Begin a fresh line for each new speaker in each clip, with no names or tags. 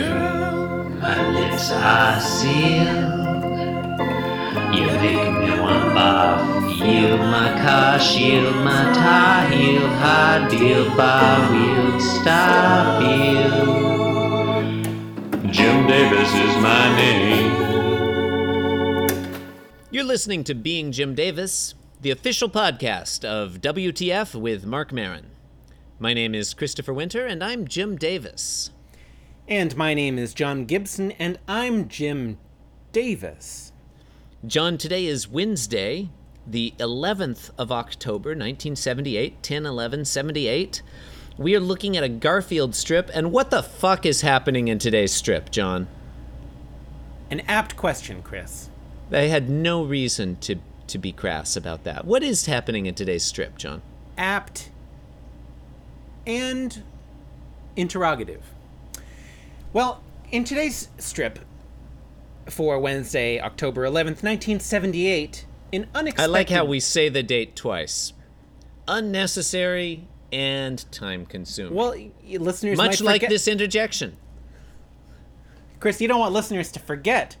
Girl, my lips are sealed. You make me want bar. Yield my car, shield my tie, heel, hard deal, bar wheel, stop you. Jim Davis is my name.
You're listening to Being Jim Davis, the official podcast of WTF with Mark Marin. My name is Christopher Winter, and I'm Jim Davis.
And my name is John Gibson, and I'm Jim Davis.
John, today is Wednesday, the 11th of October, 1978, 10 11 78. We are looking at a Garfield strip, and what the fuck is happening in today's strip, John?
An apt question, Chris.
I had no reason to, to be crass about that. What is happening in today's strip, John?
Apt and interrogative. Well, in today's strip for Wednesday, October 11th, 1978, an unexpected.
I like how we say the date twice. Unnecessary and time consuming.
Well, y- listeners
Much
might
like
forget-
this interjection.
Chris, you don't want listeners to forget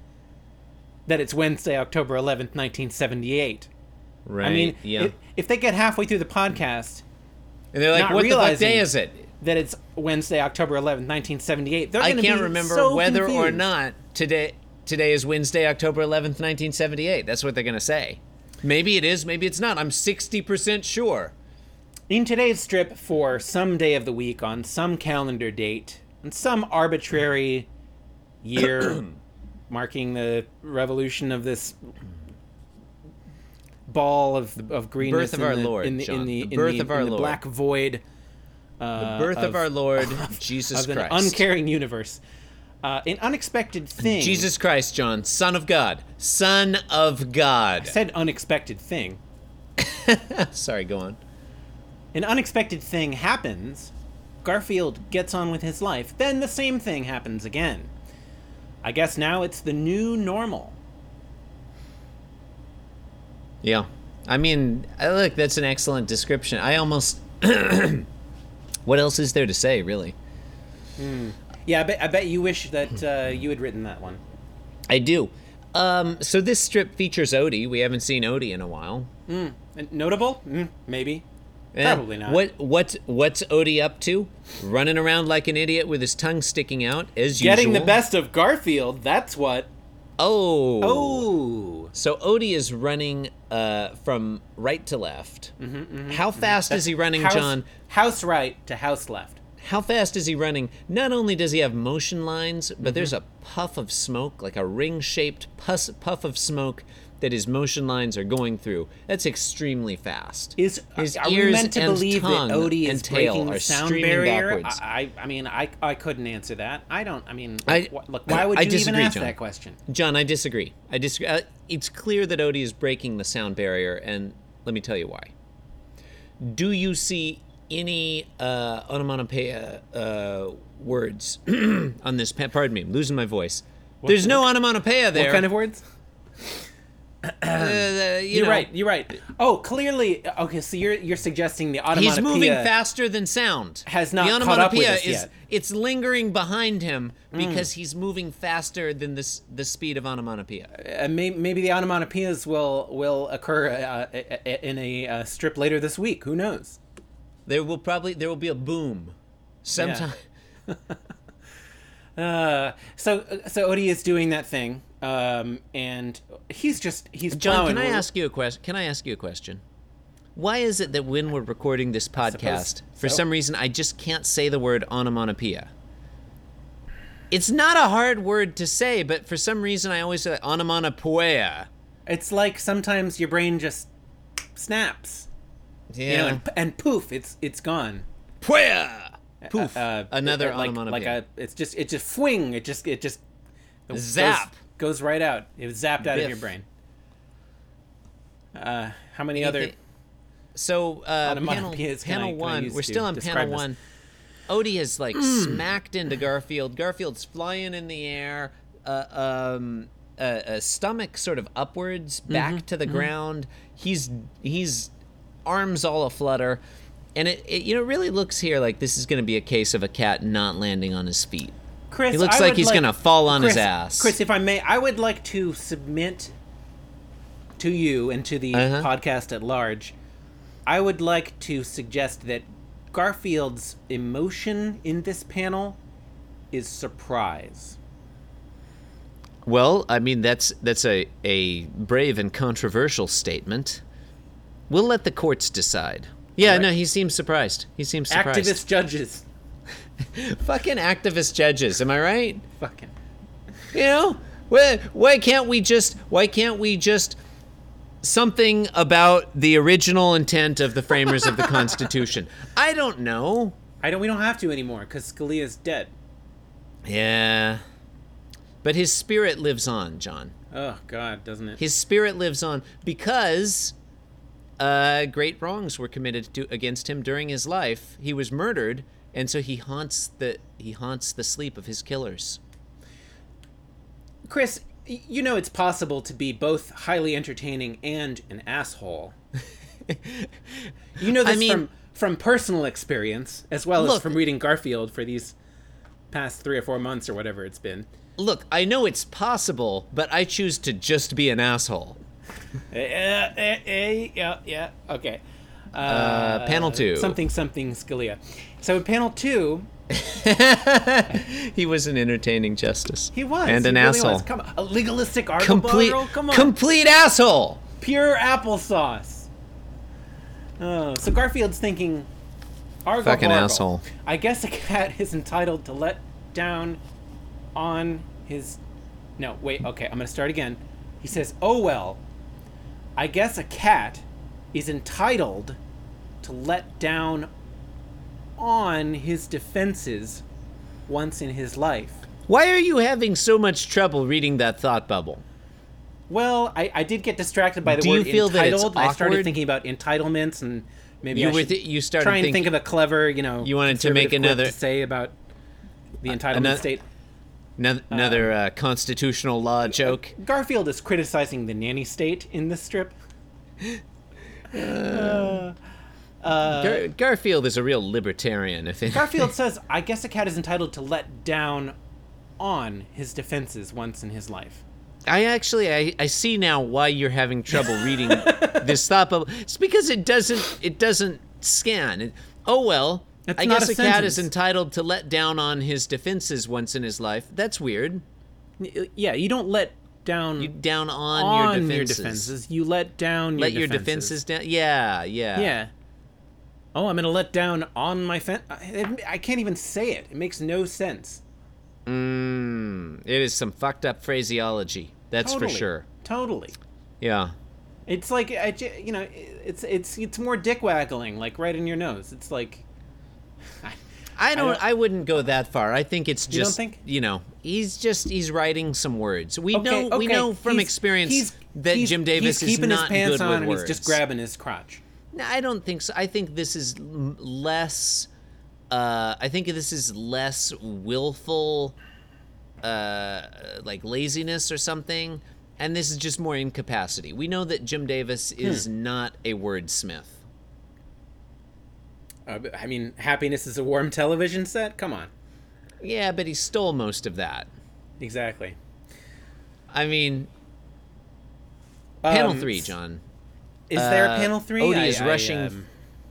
that it's Wednesday, October 11th, 1978.
Right.
I mean,
yeah.
if, if they get halfway through the podcast
and they're like,
not
what the fuck
realizing-
day is it?
that it's Wednesday, October 11th, 1978, they're
I
going to be
can't remember
so
whether or
confused.
not today today is Wednesday, October 11th, 1978. That's what they're going to say. Maybe it is, maybe it's not. I'm 60% sure.
In today's strip, for some day of the week, on some calendar date, on some arbitrary year marking the revolution of this ball of, of greenness
Birth of
in
our
the,
Lord,
in the,
John.
in the,
The
in
birth
the-
of our
in the
Lord.
black void
The birth of, our Lord Jesus
Uh, of an
Christ.
uncaring universe. Uh, an unexpected thing.
Jesus Christ, John, Son of God. Son of God.
said unexpected thing.
Sorry, go on.
An unexpected thing happens. Garfield gets on with his life. Then the same thing happens again. I guess now it's the new normal.
Yeah. I mean, I- look, that's an excellent description. I almost. what else is there to say, really?
Yeah, I bet, I bet you wish
Hmm.
that uh, you had written that one.
I do. Um, so this strip features Odie. We haven't seen Odie in a while.
And Notable? Mm, maybe.
Eh,
Probably not.
What what what's Odie up to? Running around like an idiot with his tongue sticking out as
Getting
usual.
the best of Garfield, that's what.
Oh.
Oh.
So Odie is running uh, from right to left. Mm-hmm, How fast is he running,
house,
John?
House right to house left.
How fast is he running? Not only does he have motion lines, but there's a
Mm-hmm.
puff of smoke, like a ring shaped pus- puff of smoke that his motion lines are going through. That's extremely fast.
Is
his
are
ears
we meant to
and
believe that
tongue
Odie
and
is
tail
breaking
are
the sound
streaming
barrier?
backwards.
I, I, I mean, I, I couldn't answer that. I don't. I mean,
I-
like, wh- look, why would
I
you
disagree,
even ask
John.
that question?
John, I disagree. I disagree. Uh, it's clear that Odie is breaking the sound barrier, and let me tell you why. Do you see any uh, onomatopoeia uh, words on this? Pa- pardon me, I'm losing my voice. There's no onomatopoeia there.
What kind of words?
Uh, you
You're
know,
right. You're right. Oh, clearly. Okay, so you're you're suggesting the onomatopoeia.
He's moving faster than sound.
has not
the
caught up
onomatopoeia
with us
is
yet. Mm.
it's lingering behind him because he's moving faster than the s- the speed of onomatopoeia.
Uh, may, maybe the onomatopoeias will will occur uh, i- i- in a uh, strip later this week. Who knows?
There will probably there will be a boom sometime.
Uh, so so Odie is doing that thing, um, and he's just he's
John, can I
plowing.
ask you a question? Can I ask you a question? Why is it that when we're recording this podcast, for
so.
some reason I just can't say the word onomatopoeia? It's not a hard word to say, but for some reason I always say onomatopoeia.
It's like sometimes your brain just snaps,
Yeah.
you know, and, and poof, it's it's gone.
Puea! Poof.
Uh,
Another
like,
onomatopoeia.
like a it's just it just fwing, it just it just it
Zap.
goes, goes right out. It was zapped out
Biff.
of your brain. Uh, how many other?
Anything- So uh, panel,
Onomatopoeias can I-
panel
can I
one,
use
we're
to
still on
describe
panel
this? Hmm.
one. Odie has like smacked into Garfield. Garfield's flying in the air, uh, um, uh, uh, stomach sort of upwards,
Mm-hmm,
back to the ground. He's he's arms all aflutter, and it, it you know really looks here like this is going to be a case of a cat not landing on his feet.
Chris,
He looks
I
like
would
he's gonna fall on his
Chris-
ass.
Chris, if I may, I would like to submit to you and to the
Uh-huh.
podcast at large. I would like to suggest that Garfield's emotion in this panel is surprise.
Well, I mean that's that's a, a brave and controversial statement. We'll let the courts decide. Yeah, no, he seems surprised. He seems surprised.
Activist judges.
fucking activist judges, am I right?
Fucking.
You know, why, why can't we just why can't we just something about the original intent of the framers of the Constitution? I don't know.
I don't. We don't have to anymore because Scalia's dead.
Yeah. But his spirit lives on, John.
Oh God, doesn't it?
His spirit lives on because uh, great wrongs were committed to, against him during his life. He was murdered, and so he haunts the he haunts the sleep of his killers.
Chris, y- you know it's possible to be both highly entertaining and an asshole. you know
I
this
mean-
from from personal experience as well as
Look-
from reading Garfield for these past 3 or 4 months or whatever it's been.
Look, I know it's possible, but I choose to just be an asshole.
Eh, Yeah, eh, yeah, yeah. Okay.
Uh, panel two.
Something something Scalia. So in panel 2,
He was an entertaining justice.
he was
and
he
an
really was.
asshole.
Come on. A legalistic argument.
complete,
Come on.
complete asshole.
pure applesauce. Oh, so Garfield's thinking, Argle
Fucking
bargle.
asshole.
I guess a cat is entitled to let down on his. No, wait, okay, I'm gonna start again. He says, Oh well, I guess a cat is entitled to let down on his defenses once in his life.
Why are you having so much trouble reading that thought bubble?
Well, I, I did get distracted by the
Do you
word
feel that it's
entitled. I started
awkward?
thinking about entitlements and maybe
You
I
were
should
thi- you started
try and
think-
think of a clever, you know,
You wanted to make
conservative quip
another- Uh,
to say about the entitlement
another-
state. Um,
Noth- Another uh, constitutional
uh,
law joke.
Garfield is criticizing the nanny state in this strip. uh,
Gar- Garfield is a real libertarian, I think.
Garfield says, "I guess a cat is entitled to let down on his defenses once in his life."
I actually, I, I see now why you're having trouble reading this thought bubble. It's because it doesn't, it doesn't scan. It, oh well,
That's
I
not
guess
a
a, cat is
sentence.
entitled to let down on his defenses once in his life. That's weird.
N- Yeah, you don't let down
Down on,
on
your, defenses.
You let down
Let your
your
defenses down. Yeah, yeah.
Yeah. Oh, I'm gonna let down on my fence. I, I can't even say it. It makes no sense.
Mm, it is some fucked up phraseology. That's
Totally.
for sure.
Totally.
Yeah.
It's like I, ju- you know, it's it's it's more dick waggling, like right in your nose. It's like,
I don't, I
don't-
wouldn't go that far. I think it's
You don't
just.
think?
you know, he's just. He's writing some words. We
okay,
know. We
okay,
know from
he's-
experience
he's-
that
he's-
Jim Davis
he's
is
keeping
not
his pants
good
on
with
and
words.
he's just grabbing his crotch.
No, I don't think so. I think this is m- less. Uh, I think this is less willful, uh, like laziness or something, and this is just more incapacity. We know that Jim Davis
Hmm.
is not a wordsmith.
Uh, but, I mean, happiness is a warm television set. Come on.
Yeah, but he stole most of that.
Exactly.
I mean, panel
Um,
three, John.
Is there a
Uh,
panel three?
Odie
I-
is
I,
rushing-
um,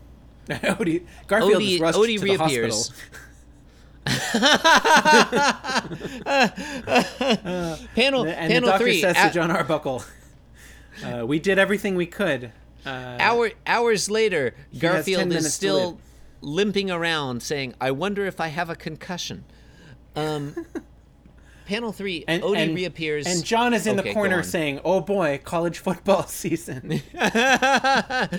Odie, Garfield
Odie-
is rushed
Odie
to the
reappears.
hospital.
Panel
And
panel
the doctor
three.
says
a-
to John Arbuckle, uh, "We did everything we could." Uh,
hour, hours later,
has 10
Garfield
minutes
is
to live.
still limping around, saying, "I wonder if I have a concussion." Um, panel three. Odie reappears,
and John is in
Okay, go
the corner
on.
saying, "Oh boy, college football season."
panel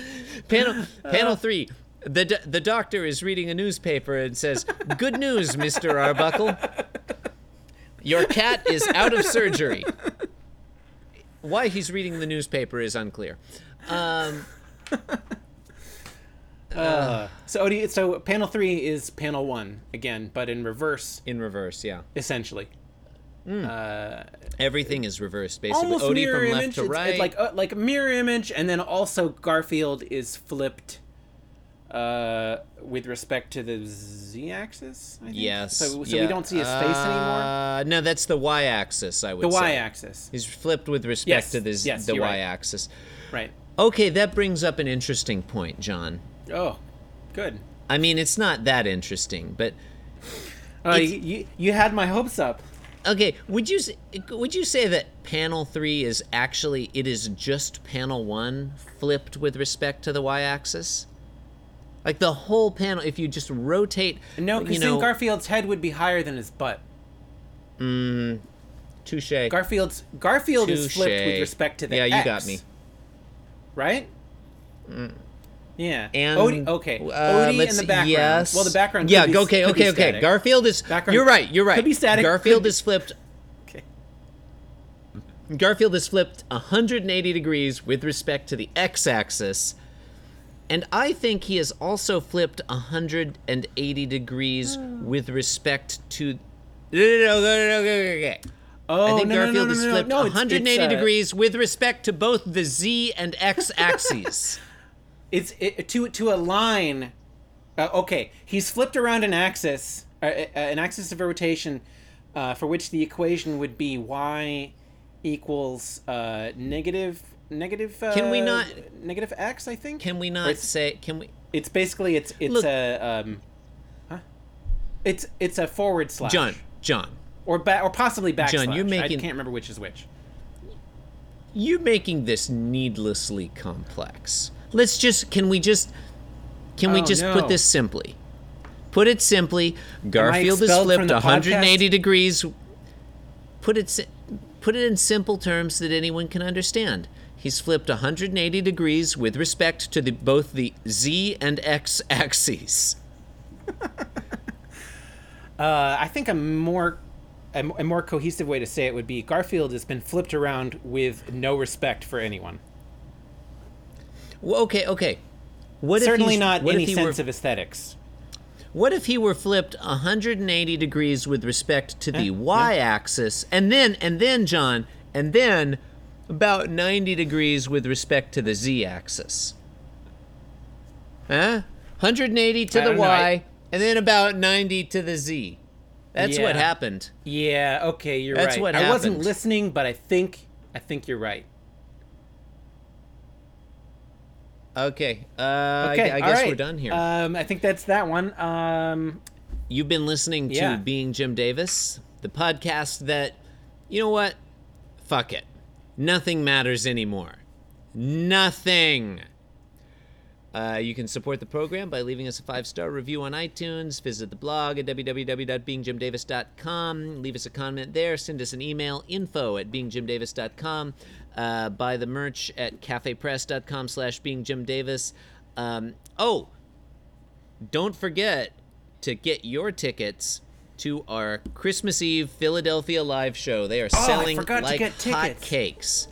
panel
Uh.
three. The, do- the doctor is reading a newspaper and says, Good news, Mr. Arbuckle. Your cat is out of surgery. Why he's reading the newspaper is unclear. Um,
so, Odie, so panel three is panel one again, but in reverse,
in reverse, yeah.
essentially.
Everything is reversed, basically.
Almost
Odie
mirror
from left
image.
to
it's-
right.
It's, like uh, like a mirror image, and then also Garfield is flipped uh, with respect to the z axis. I think.
Yes.
So, so
yeah.
we don't see his face anymore.
Uh, no, that's the y-axis. I would
The
say.
y axis.
He's flipped with respect
Yes,
to this,
yes,
the
you're right.
y-axis.
Right.
Okay, that brings up an interesting point, John.
Oh, good.
I mean, it's not that interesting, but
Uh,
It's-
you, you had my hopes up.
okay. Would you s- would you say that panel three is actually it is just panel one flipped with respect to the y-axis? Like the whole panel, if you just rotate,
No,
you
because
know,
then Garfield's head would be higher than his butt.
touche.
Garfield's Garfield is flipped with
Touche.
respect to the
Yeah, you got
X,
me.
Right. Yeah.
Mm. and
Odie, okay.
uh,
Odie
let's
in the
see,
background.
Yes.
Well, the background.
Yeah.
Could be,
okay.
could be
Okay. Okay.
static.
Garfield is.
Background-
you're right. You're right.
could be static,
Garfield
could be-
is flipped.
Okay.
Garfield is flipped 180 degrees with respect to the x-axis, and I think he is also flipped 180 degrees
Oh.
with respect to. No, no, no, no, no, no, no, no.
Oh
I think
no, no, no,
Garfield
no,
is
no, no,
flipped
no, it's-
180
it's, uh,
degrees with respect to both the z and x axes.
It's it, to to a line. Uh, okay, he's flipped around an axis, uh, uh, an axis of rotation, uh, for which the equation would be y equals uh, negative negative. Uh,
Can we not-
negative x? I think.
Can we not
It's-
say? Can we?
It's basically it's it's
Look-
a um, huh? It's it's a forward slash.
John. John.
Or ba- or possibly backslash.
John, you're making-
I can't remember which is which.
You're making this needlessly complex. Let's just can we just can we
Oh,
just
no.
put this simply? Put it simply, Garfield is
expelled from
flipped
the
180 degrees. Put it si- put it in simple terms that anyone can understand. He's flipped 180 degrees with respect to the, both the z and x axes.
Uh, I think a more a, m- a more cohesive way to say it would be Garfield has been flipped around with no respect for anyone.
Well, okay, okay. What if
Certainly
he's-
not
what if
any
he were-
sense of aesthetics.
What if he were flipped 180 degrees with respect to the y-axis, and then and then John, and then about 90 degrees with respect to the z-axis? Huh? 180 to
I
the
don't know,
y,
I-
and then about 90 to the z. That's what
Yeah.
happened.
Yeah. Okay. You're
That's
right.
what
I wasn't
happened.
listening, but I think I think you're right.
Okay. Uh,
Okay.
I, I
all
guess we're
right.
done here.
Um, I think that's that one. Um,
You've been listening to
Yeah.
Being Jim Davis, the podcast that, you know what? Fuck it. Nothing matters anymore. Nothing. Uh, you can support the program by leaving us a five star review on iTunes. Visit the blog at www.beingjimdavis.com. Leave us a comment there. Send us an email info at beingjimdavis.com. Uh, buy the merch at cafepress.com slash beingjimdavis. Um, oh, don't forget to get your tickets to our Christmas Eve Philadelphia live show. They are
Oh, I
selling
forgot to
like
get tickets.
hotcakes.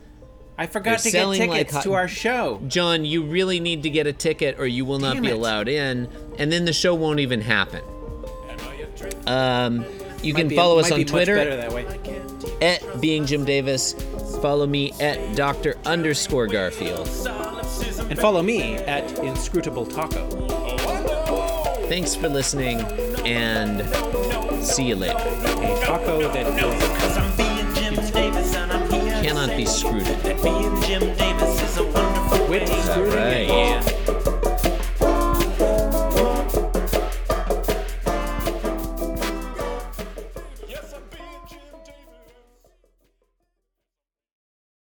I
They're
forgot to get
selling like
tickets
hot-
to our show.
John, you really need to get a ticket or you will not
Damn
be
it.
allowed in, and then the show won't even happen. Um, you
Might
can
be-
follow us
might
on
be much better
Twitter
that way.
at being Jim Davis. Follow me at Doctor underscore Garfield.
And follow me at Inscrutable Taco.
Thanks for listening, and see you later.
a taco that is
Cause I'm being Jim Davis and I'm here.
Cannot be screwed.
Being Jim Davis is a wonderful
with
way.
screwed
right.